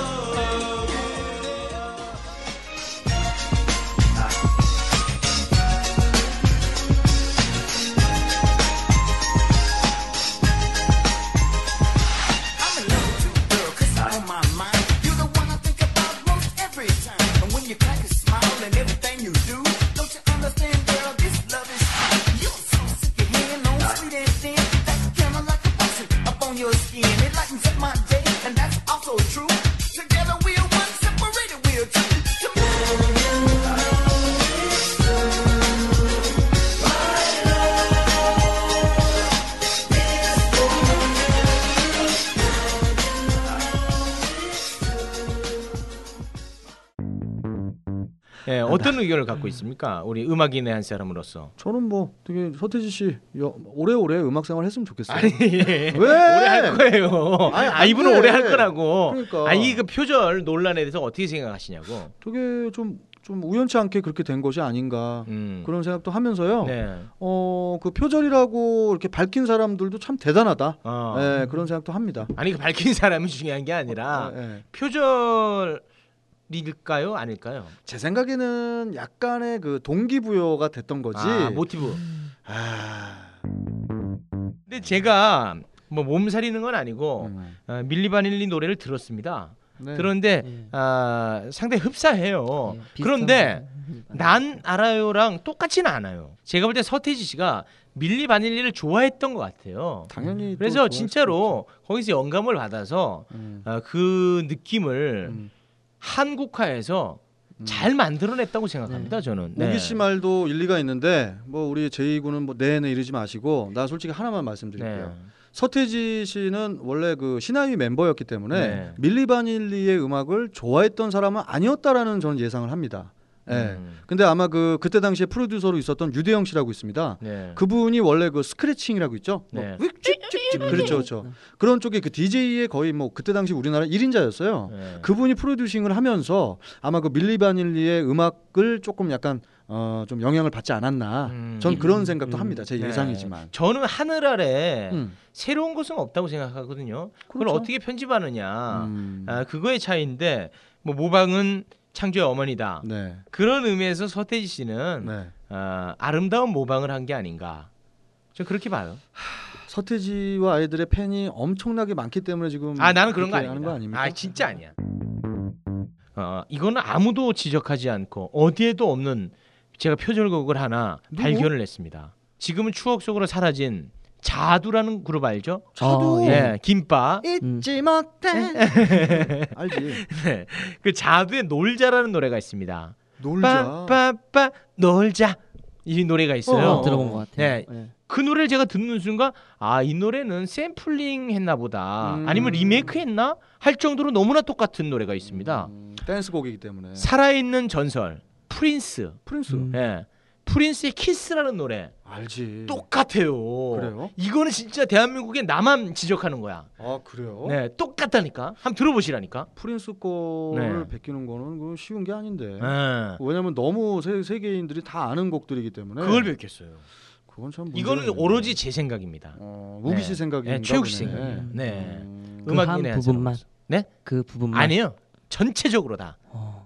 Together we are one, separated we are two. Come on. 예, 아, 어떤 의견을 갖고 있습니까? 우리 음악인의 한 사람으로서. 저는 뭐 되게 서태지 씨 여- 오래오래 음악 생활 했으면 좋겠어요. 왜? 아, 왜? 오래 예. 할 거예요. 아니, 아 안 이분은 돼. 오래 할 거라고. 그러니까. 아 이그 표절 논란에 대해서 어떻게 생각하시냐고. 되게 좀, 좀 우연치 않게 그렇게 된 것이 아닌가 음. 그런 생각도 하면서요. 네. 어, 그 표절이라고 이렇게 밝힌 사람들도 참 대단하다. 어. 예, 그런 생각도 합니다. 아니 그 밝힌 사람이 중요한 게 아니라 예, 예. 표절일까요? 아닐까요? 제 생각에는 약간의 그 동기부여가 됐던 거지. 아. 아, 모티브. 근데 제가 뭐 몸살이는 건 아니고 음. 어, 밀리 바닐리 노래를 들었습니다. 네. 그런데 예. 아, 상당히 흡사해요. 예, 비슷한 어, 음, 그런데 사람들이 많아요. 난 알아요랑 똑같지는 않아요. 제가 볼 때 서태지 씨가 밀리 바닐리를 좋아했던 것 같아요. 당연히 또 그래서 좋아할 수 진짜로 거기서 영감을 받아서 있죠. 음. 어, 그 느낌을 음. 한국화해서 잘 만들어냈다고 생각합니다. 저는. 네. 우기 씨 말도 일리가 있는데 뭐 우리 제이군은 뭐 내내 이러지 마시고 나 솔직히 하나만 말씀드릴게요. 네. 서태지 씨는 원래 그 신화위 멤버였기 때문에 네. 밀리 바닐리의 음악을 좋아했던 사람은 아니었다라는 저는 예상을 합니다. 예. 음. 근데 아마 그 그때 당시에 프로듀서로 있었던 유대영 씨라고 있습니다. 네. 그분이 원래 그 스크래칭이라고 있죠. 네. 뭐 윅, 찍, 찍, 그렇죠, 그렇죠. 그런 쪽에 그 DJ의 거의 뭐 그때 당시 우리나라 1인자였어요. 네. 그분이 프로듀싱을 하면서 아마 그 밀리 바닐리의 음악을 조금 약간 어, 좀 영향을 받지 않았나. 음. 전 그런 생각도 합니다. 제 네. 예상이지만. 저는 하늘 아래 음. 새로운 것은 없다고 생각하거든요. 그걸 그렇죠. 어떻게 편집하느냐 음. 아, 그거의 차이인데 뭐 모방은 창조의 어머니다. 네. 그런 의미에서 서태지 씨는 네. 아, 아름다운 모방을 한 게 아닌가. 저 그렇게 봐요. 서태지와 아이들의 팬이 엄청나게 많기 때문에 지금 아 나는 그런 거 음, 그렇게 하는 아닙니다. 거 아닙니까? 아 진짜 아니야. 어 이거는 아무도 지적하지 않고 어디에도 없는 제가 표절곡을 하나 발견을 했습니다. 지금은 추억 속으로 사라진 자두라는 그룹 알죠? 어. 아, 예. 예, 음. 김빠. 잊지 못해. 알지. 네. 그 자두의 놀자라는 노래가 있습니다. 놀자. 빠빠빠 놀자 이 노래가 있어요. 어, 들어본 것 같아요. 네. 그 노래를 제가 듣는 순간 아 이 노래는 샘플링 했나 보다 음. 아니면 리메이크 했나 할 정도로 너무나 똑같은 노래가 있습니다 음, 댄스곡이기 때문에. 살아있는 전설 프린스 프린스. 음. 예 프린스의 키스라는 노래 알지. 똑같아요 네. 그래요? 이거는 진짜 대한민국에 나만 지적하는 거야 아 그래요? 네 똑같다니까 한번 들어보시라니까 프린스 거를 네. 베끼는 거는 그건 쉬운 게 아닌데. 예. 왜냐면 너무 세, 세계인들이 다 아는 곡들이기 때문에. 그걸 뵙겠어요 건참 네. 문제가 이거는 있는데. 오로지 제 생각입니다 어, 우기 씨 네. 생각인가 네, 최욱 씨 보네. 생각이에요. 네. 음. 그 음악인의 한 한 부분만. 사람. 네? 그 부분만. 아니에요 전체적으로 다 어.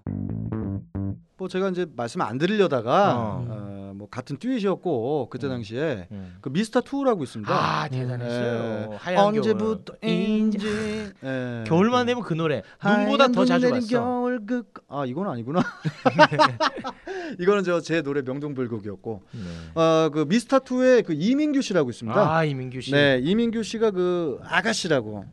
뭐 제가 이제 말씀 안 드리려다가 어. 어, 뭐 같은 듀엣이었고 그때 당시에 음. 그 미스터 투라고 있습니다. 아 대단했어요 네. 하얀 언제부터인지 예. 겨울만 되면 그 노래 눈보다 하얀 더 자주 눈 내린 봤어. 겨울 그... 아 이건 아니구나. 이거는 저 제 노래 명동불곡이었고 어그 미스터 투의 그 이민규 씨라고 있습니다. 네. 아 이민규 씨. 네 이민규 씨가 그 아가씨라고.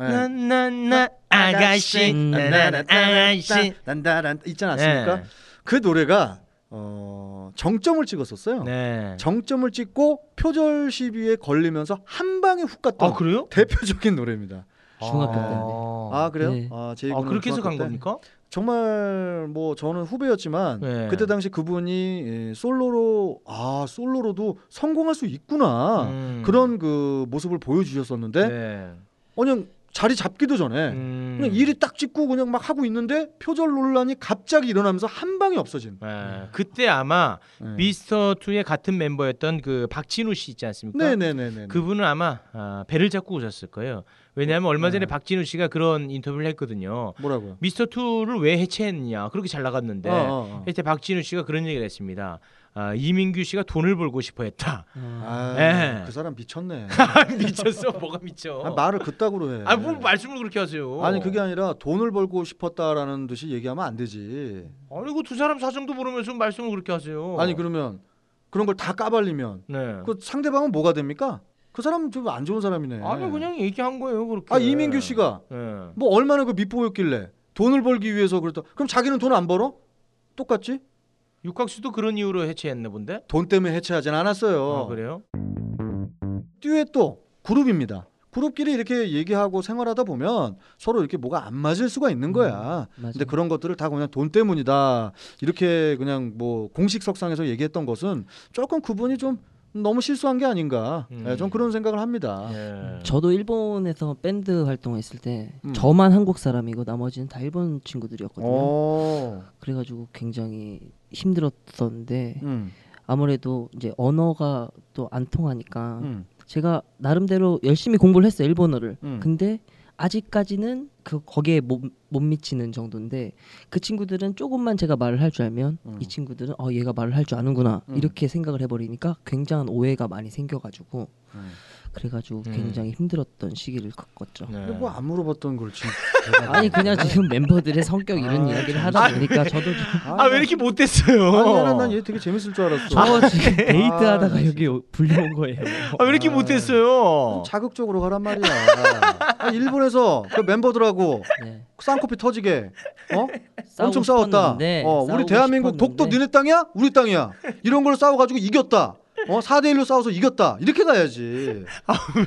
예. 나나나 아가씨 나나 아가씨. 난다란 있지 않았습니까? 그 노래가 어 정점을 찍었었어요. 네. 정점을 찍고 표절 시비에 걸리면서 한 방에 훅 갔던 아 그래요? 대표적인 노래입니다. 중학교 아 그래요? 네. 아, 제 어, 아 이분은 그렇게 해서 간 중학교 때 겁니까? 정말 뭐 저는 후배였지만 네. 그때 당시 그분이 예, 솔로로 아 솔로로도 성공할 수 있구나 음. 그런 그 모습을 보여주셨었는데 네. 그냥 자리 잡기도 전에 음. 네. 그냥 일이 딱 찍고 그냥 막 하고 있는데 표절 논란이 갑자기 일어나면서 한 방에 없어진. 네. 그때 아마 네. 미스터 투의 같은 멤버였던 그 박진우 씨 있지 않습니까? 네네네네. 그분은 아마 아, 배를 잡고 오셨을 거예요. 왜냐하면 얼마 네. 전에 박진우 씨가 그런 인터뷰를 했거든요. 뭐라고요? 미스터 투를 왜 해체했냐? 그렇게 잘 나갔는데 어, 어, 어. 그때 박진우 씨가 그런 얘기를 했습니다. 아, 이민규 씨가 돈을 벌고 싶어 했다. 아, 네. 그 사람 미쳤네. 미쳤어. 뭐가 미쳐. 아, 말을 그따구로 해. 아, 뭘 말씀을 그렇게 하세요. 아니 그게 아니라 돈을 벌고 싶었다라는 듯이 얘기하면 안 되지. 아니 그 두 사람 사정도 모르면서 말씀을 그렇게 하세요. 아니 그러면 그런 걸 다 까발리면 네. 그 상대방은 뭐가 됩니까? 그 사람 좀 안 좋은 사람이네. 아니 그냥 얘기한 거예요, 그렇게. 아 이민규 씨가 네. 뭐 얼마나 그 밑보였길래 돈을 벌기 위해서 그랬다. 그럼 자기는 돈 안 벌어? 똑같지? 육각 씨도 그런 이유로 해체했나 본데. 돈 때문에 해체하진 않았어요. 아, 그래요? 듀엣도 그룹입니다. 그룹끼리 이렇게 얘기하고 생활하다 보면 서로 이렇게 뭐가 안 맞을 수가 있는 거야. 음, 맞아요. 근데 그런 것들을 다 그냥 돈 때문이다. 이렇게 그냥 뭐 공식석상에서 얘기했던 것은 조금 그분이 좀 너무 실수한 게 아닌가. 음. 예, 전 그런 생각을 합니다. 예. 저도 일본에서 밴드 활동했을 때 음. 저만 한국 사람이고 나머지는 다 일본 친구들이었거든요. 어. 그래가지고 굉장히 힘들었었는데 음. 아무래도 이제 언어가 또 안 통하니까 음. 제가 나름대로 열심히 공부를 했어요 일본어를. 음. 근데 아직까지는 그 거기에 못, 못 미치는 정도인데 그 친구들은 조금만 제가 말을 할 줄 알면 이 친구들은 어 얘가 말을 할 줄 아는구나 음. 이렇게 생각을 해버리니까 굉장한 오해가 많이 생겨가지고 음. 그래가지고 음. 굉장히 힘들었던 시기를 겪었죠. 네. 근데 뭐 안 물어봤던 걸 지금. 아니 그냥 지금 네. 멤버들의 성격 아, 이런 이야기를 하다 보니까 저도 좀- 아, 왜 이렇게 못 됐어요? 예. 난얘 되게 재밌을 줄 알았어. 저 지금 데이트하다가 나 여기 불려온 거예요. 아, 왜 이렇게 못 됐어요? 자극적으로 가란 말이야. 아, 일본에서 그 멤버들하고 네. 쌍코피 터지게 어? 싸우고 엄청 싸웠다. 싶었는데, 어, 우리 네, 싸우고 대한민국 독도 싶었는데 니네 땅이야? 우리 땅이야. 이런 걸 싸워 가지고 이겼다. 어 4대 1로 싸워서 이겼다 이렇게 가야지.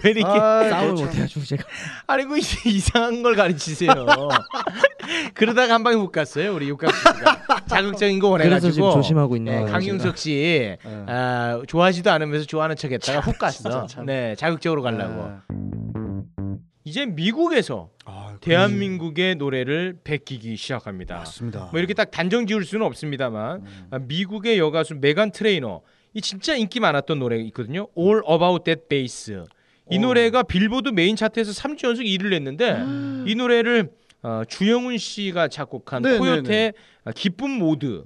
왜 이렇게 싸움을 못해가지고 제가 아니 그 이- 이상한 걸 가르치세요. 그러다가 한 방에 못 갔어요 우리 육각 씨가 자극적인 거 원해가지고. 그래서 지금 조심하고 있는 거예요, 강윤석 씨 예. 아, 좋아하지도 않으면서 좋아하는 척했다가 훅 갔어. 네 자극적으로 가려고. 예. 이제 미국에서 대한민국의 노래를 베끼기 시작합니다. 아, 맞습니다. 뭐 이렇게 딱 단정 지을 수는 없습니다만 음. 아, 미국의 여가수 메간 트레이너 이 진짜 인기 많았던 노래 있거든요. All About That Bass. 이 노래가 빌보드 메인 차트에서 3주 연속 1위를 했는데 이 노래를 어, 주영훈 씨가 작곡한 네, 네, 코요태의 아, 기쁨 모드를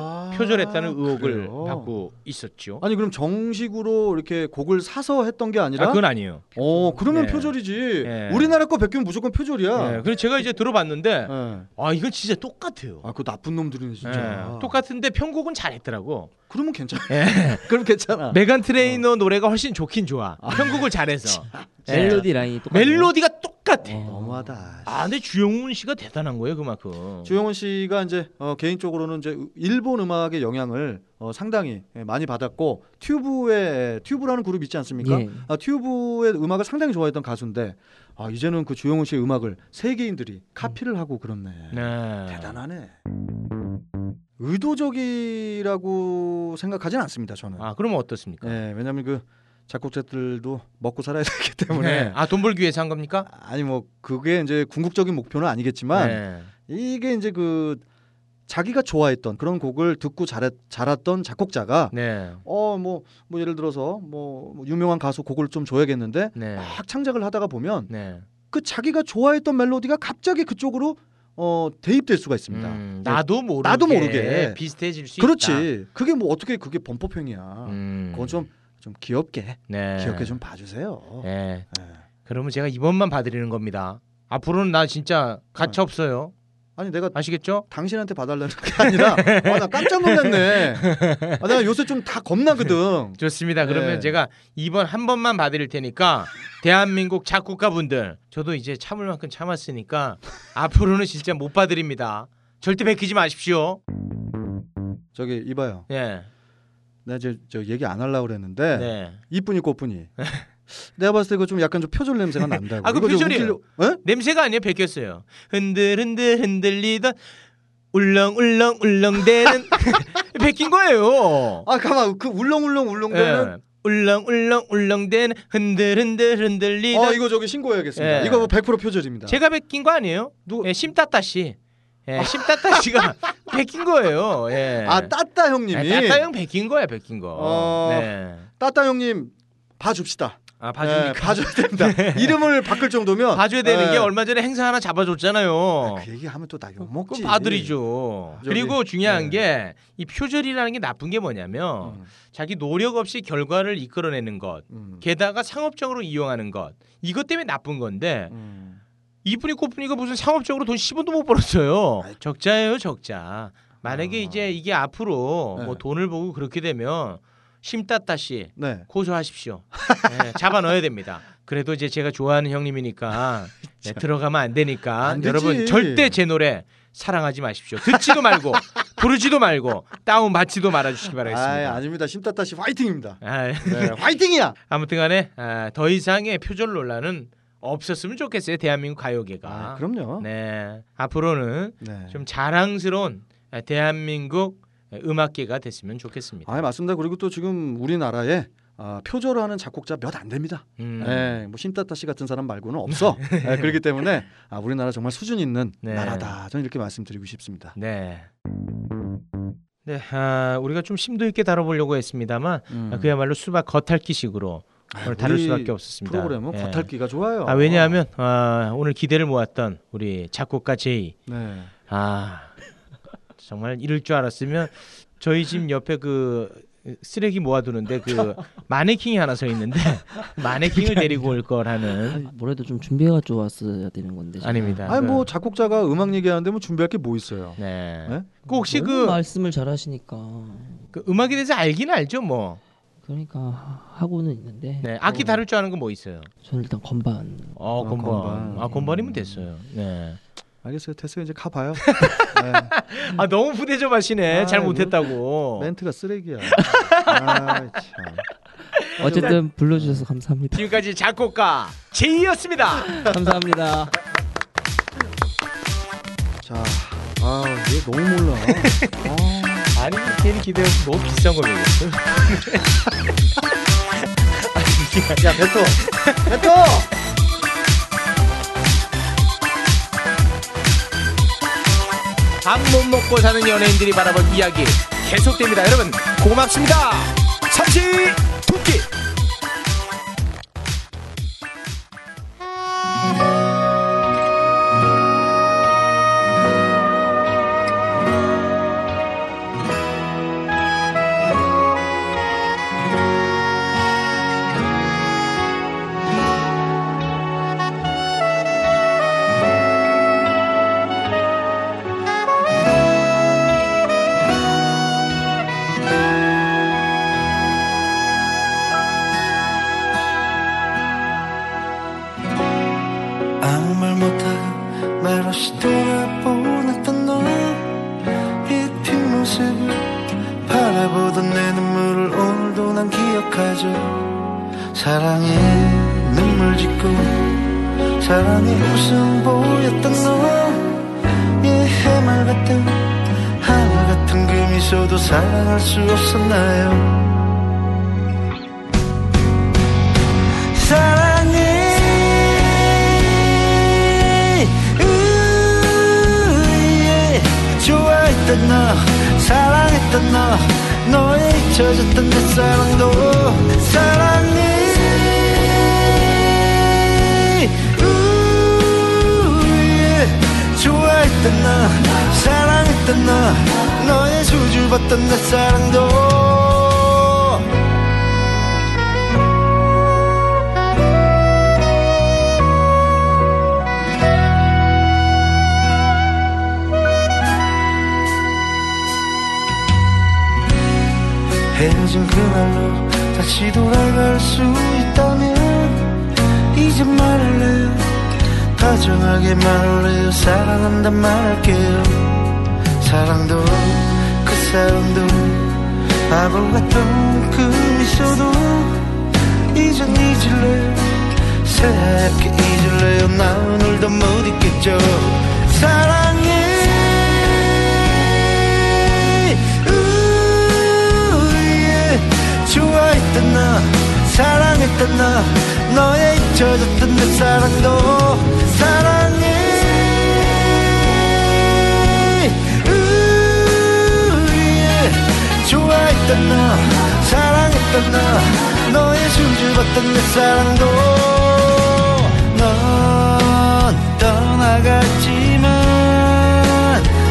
아, 표절했다는 의혹을 그래요? 받고 있었죠. 아니 그럼 정식으로 이렇게 곡을 사서 했던 게 아, 아니라? 그건 아니에요. 어 그러면 네. 표절이지. 네. 우리나라 거 베끼면 무조건 네, 표절이야. 그래서 제가 이제 들어봤는데 네. 아 이건 진짜 똑같아요. 아그 나쁜 놈들이네 진짜. 예, 똑같은데 편곡은 잘했더라고. 그러면 괜찮아. 예. 그럼 괜찮아. 메간 트레이너 노래가 훨씬 좋긴 좋아. 편곡을 잘해서. 예. 멜로디 라인이 똑같아요. 멜로디가 똑같아. 어. 너무하다. 아, 근데 주영훈 씨가 대단한 거예요, 그만큼. 주영훈 씨가 이제 어, 개인적으로는 이제 일본 음악의 영향을 어, 상당히 예, 많이 받았고 튜브의 튜브라는 그룹 있지 않습니까? 예. 아, 튜브의 음악을 상당히 좋아했던 가수인데 아, 이제는 그 주영훈 씨의 음악을 세계인들이 카피를 하고 그렇네. 음. 네. 대단하네. 의도적이라고 생각하진 않습니다. 저는. 아, 그러면 어떻습니까? 예, 왜냐하면 그 작곡자들도 먹고 살아야 되기 때문에. 네. 아, 돈 벌기 위해서 한 겁니까? 아니 뭐 그게 이제 궁극적인 목표는 아니겠지만 네. 이게 이제 그 자기가 좋아했던 그런 곡을 듣고 잘했, 잘했던 작곡자가 네. 어 뭐 뭐 예를 들어서 뭐 유명한 가수 곡을 좀 줘야겠는데 네. 막 창작을 하다가 보면 네. 그 자기가 좋아했던 멜로디가 갑자기 그쪽으로 어 대입될 수가 있습니다. 음, 나도 모르게. 나도 모르게. 비슷해질 수 그렇지. 있다. 그게 뭐 어떻게 그게 범법행위야. 음. 그건 좀 좀 귀엽게 네. 귀엽게 좀 봐주세요. 네. 예. 그러면 제가 이번만 봐드리는 겁니다. 앞으로는 나 진짜 네. 가차 없어요. 아니 내가 아시겠죠? 당신한테 봐달라는 게 아니라 아, 나 깜짝 놀랐네. 아, 내가 요새 좀 다 겁나거든. 좋습니다. 그러면 네. 제가 이번 한 번만 봐드릴 테니까 대한민국 작곡가분들 저도 이제 참을 만큼 참았으니까 앞으로는 진짜 못 봐드립니다. 절대 베끼지 마십시오. 저기 이봐요. 네, 나 이제 저 얘기 안 하려고 그랬는데 네. 이쁜이 꽃분이 내가 봤을 때 그거 좀 약간 좀 표절 냄새가 난다고 아, 그 이거 좀 표절이에요. 웃기려- 예? 에? 냄새가 아니에요. 베꼈어요. 흔들흔들 흔들리던 울렁울렁 울렁대는 베낀 거예요. 아 가만 그 울렁울렁 울렁대는 예. 울렁울렁 울렁대는 흔들흔들 흔들리던 아 이거 저기 신고해야겠습니다 예. 이거 뭐 100% 표절입니다 네. 제가 베낀 거 아니에요? 누구- 예, 심따따 씨. 예, 심따따 씨가 베낀 거예요. 예. 아 따따 형님이 아, 따따 형 베낀 거야 베낀 거. 어. 네. 따따 형님 봐줍시다 아 예, 봐줍니까? 네. 봐줘야 됩니다 이름을 바꿀 정도면 봐줘야 되는 예. 게 얼마 전에 행사 하나 잡아줬잖아요. 그 얘기하면 또 나 그건 욕먹지 봐드리죠. 저기, 그리고 중요한 예. 게 이 표절이라는 게 나쁜 게 뭐냐면 음. 자기 노력 없이 결과를 이끌어내는 것, 음. 게다가 상업적으로 이용하는 것, 이것 때문에 나쁜 건데 음. 이분이 코프니가 무슨 상업적으로 돈 10원도 못 벌었어요. 아이, 아. 적자예요, 적자. 만약에 이제 이게 앞으로 네. 뭐 돈을 보고 그렇게 되면 심따따 씨 네 고소하십시오. 네, 잡아 넣어야 됩니다. 그래도 이제 제가 좋아하는 형님이니까 네, 들어가면 안 되니까 안 되지. 여러분 절대 제 노래 사랑하지 마십시오. 듣지도 말고 부르지도 말고 다운 받지도 말아주시기 아, 바라겠습니다. 아닙니다 심따따 씨 화이팅입니다 아, 네, 화이팅이야 아무튼간에 아, 더 이상의 표절 논란은 없었으면 좋겠어요 대한민국 가요계가. 아, 그럼요 네 앞으로는 네. 좀 자랑스러운 대한민국 음악계가 됐으면 좋겠습니다. 아 맞습니다. 그리고 또 지금 우리나라에 아, 표절하는 작곡자 몇 안 됩니다. 음. 예, 뭐 신따타 씨 같은 사람 말고는 없어. 예, 그렇기 때문에 아, 우리나라 정말 수준 있는 네. 나라다. 저는 이렇게 말씀드리고 싶습니다. 네. 네, 아, 우리가 좀 심도 있게 다뤄보려고 했습니다만 음. 아, 아, 그야말로 수박 겉핥기식으로 오늘 다룰 우리 수밖에 없었습니다. 프로그램은 예. 겉핥기가 좋아요. 아, 왜냐하면 아, 오늘 기대를 모았던 우리 작곡가 제이 네. 아 정말 이럴 줄 알았으면 저희 집 옆에 그 쓰레기 모아두는데 그 마네킹이 하나 서 있는데 마네킹을 데리고 올 거라는 뭐래도 좀 준비가 좋았어야 되는 건데 제가. 아닙니다. 그, 아니 뭐 작곡자가 음악 얘기하는데 뭐 준비할 게 뭐 있어요? 네. 네? 그 혹시 너무 그, 말씀을 잘하시니까 그 음악에 대해서 알긴 알죠 뭐. 그러니까 하- 하고는 있는데 네, 악기 다룰 줄 아는 건 뭐 있어요? 저는 일단 건반 어, 아, 건반. 건반. 아, 건반이면 됐어요. 네. 알겠어요. 됐어요. 이제 가봐요. 아 너무 부대접 하시네. 잘 아이고. 못했다고. 멘트가 쓰레기야. 아, 참. 어쨌든 불러주셔서 감사합니다. 지금까지 작곡가 제이였습니다. 감사합니다. 자, 아, 얘 너무 몰라. 아니 걔는 기대하고 너무 비싼 걸 먹었어. 야, 뱉어. 뱉어! 밥 못 먹고 사는 연예인들이 바라볼 이야기 계속됩니다. 여러분 고맙습니다. 삼시 토끼 아무 말 못하고 말없이 돌아보냈던 너이 뒷모습을 바라보던 내 눈물을 오늘도 난 기억하죠 사랑에 눈물 짓고 사랑에 웃음 보였던 너의 해말 같은 하늘 같은 그 미소도 사랑할 수 없었나요 사랑해 우예 좋아했던 너 사랑했던 너 너에 잊혀졌던 내 사랑도 사랑해 우예 좋아했던 너 사랑했던 너 너의 수줍었던 내 사랑도 헤어진 그날로 다시 돌아갈 수 있다면 이제 말할래요 다정하게 말할래요 사랑한다 말할게요 사랑도 그 사람도 바보 같던 그 미소도 이젠 잊을래요 새하얗게 잊을래요 나 오늘도 못 잊겠죠 사랑해 우예 좋아했던 나 사랑했던 나 너에 잊혀졌던 내 사랑도 사랑해 우예 좋아했던 나 사랑했던 나 너의 숨죽었던 내 사랑도 넌 떠나갔지만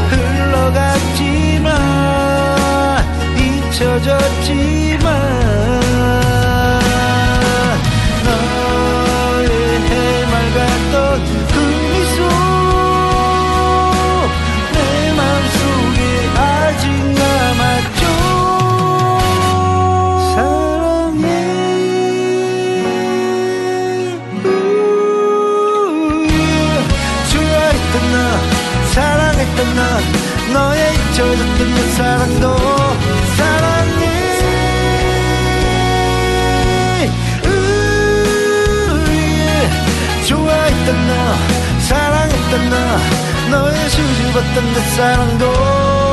흘러갔지만 잊혀졌지만 너의 해말 같던 그 미소 내 맘속에 아직 남았죠 사랑해 우예. 좋아했던 나 사랑했던 나 너의 잊혀졌던 내 사랑도 사랑해 우예. 좋아했던 나 사랑했던 나 너의 수줍었던 내 사랑도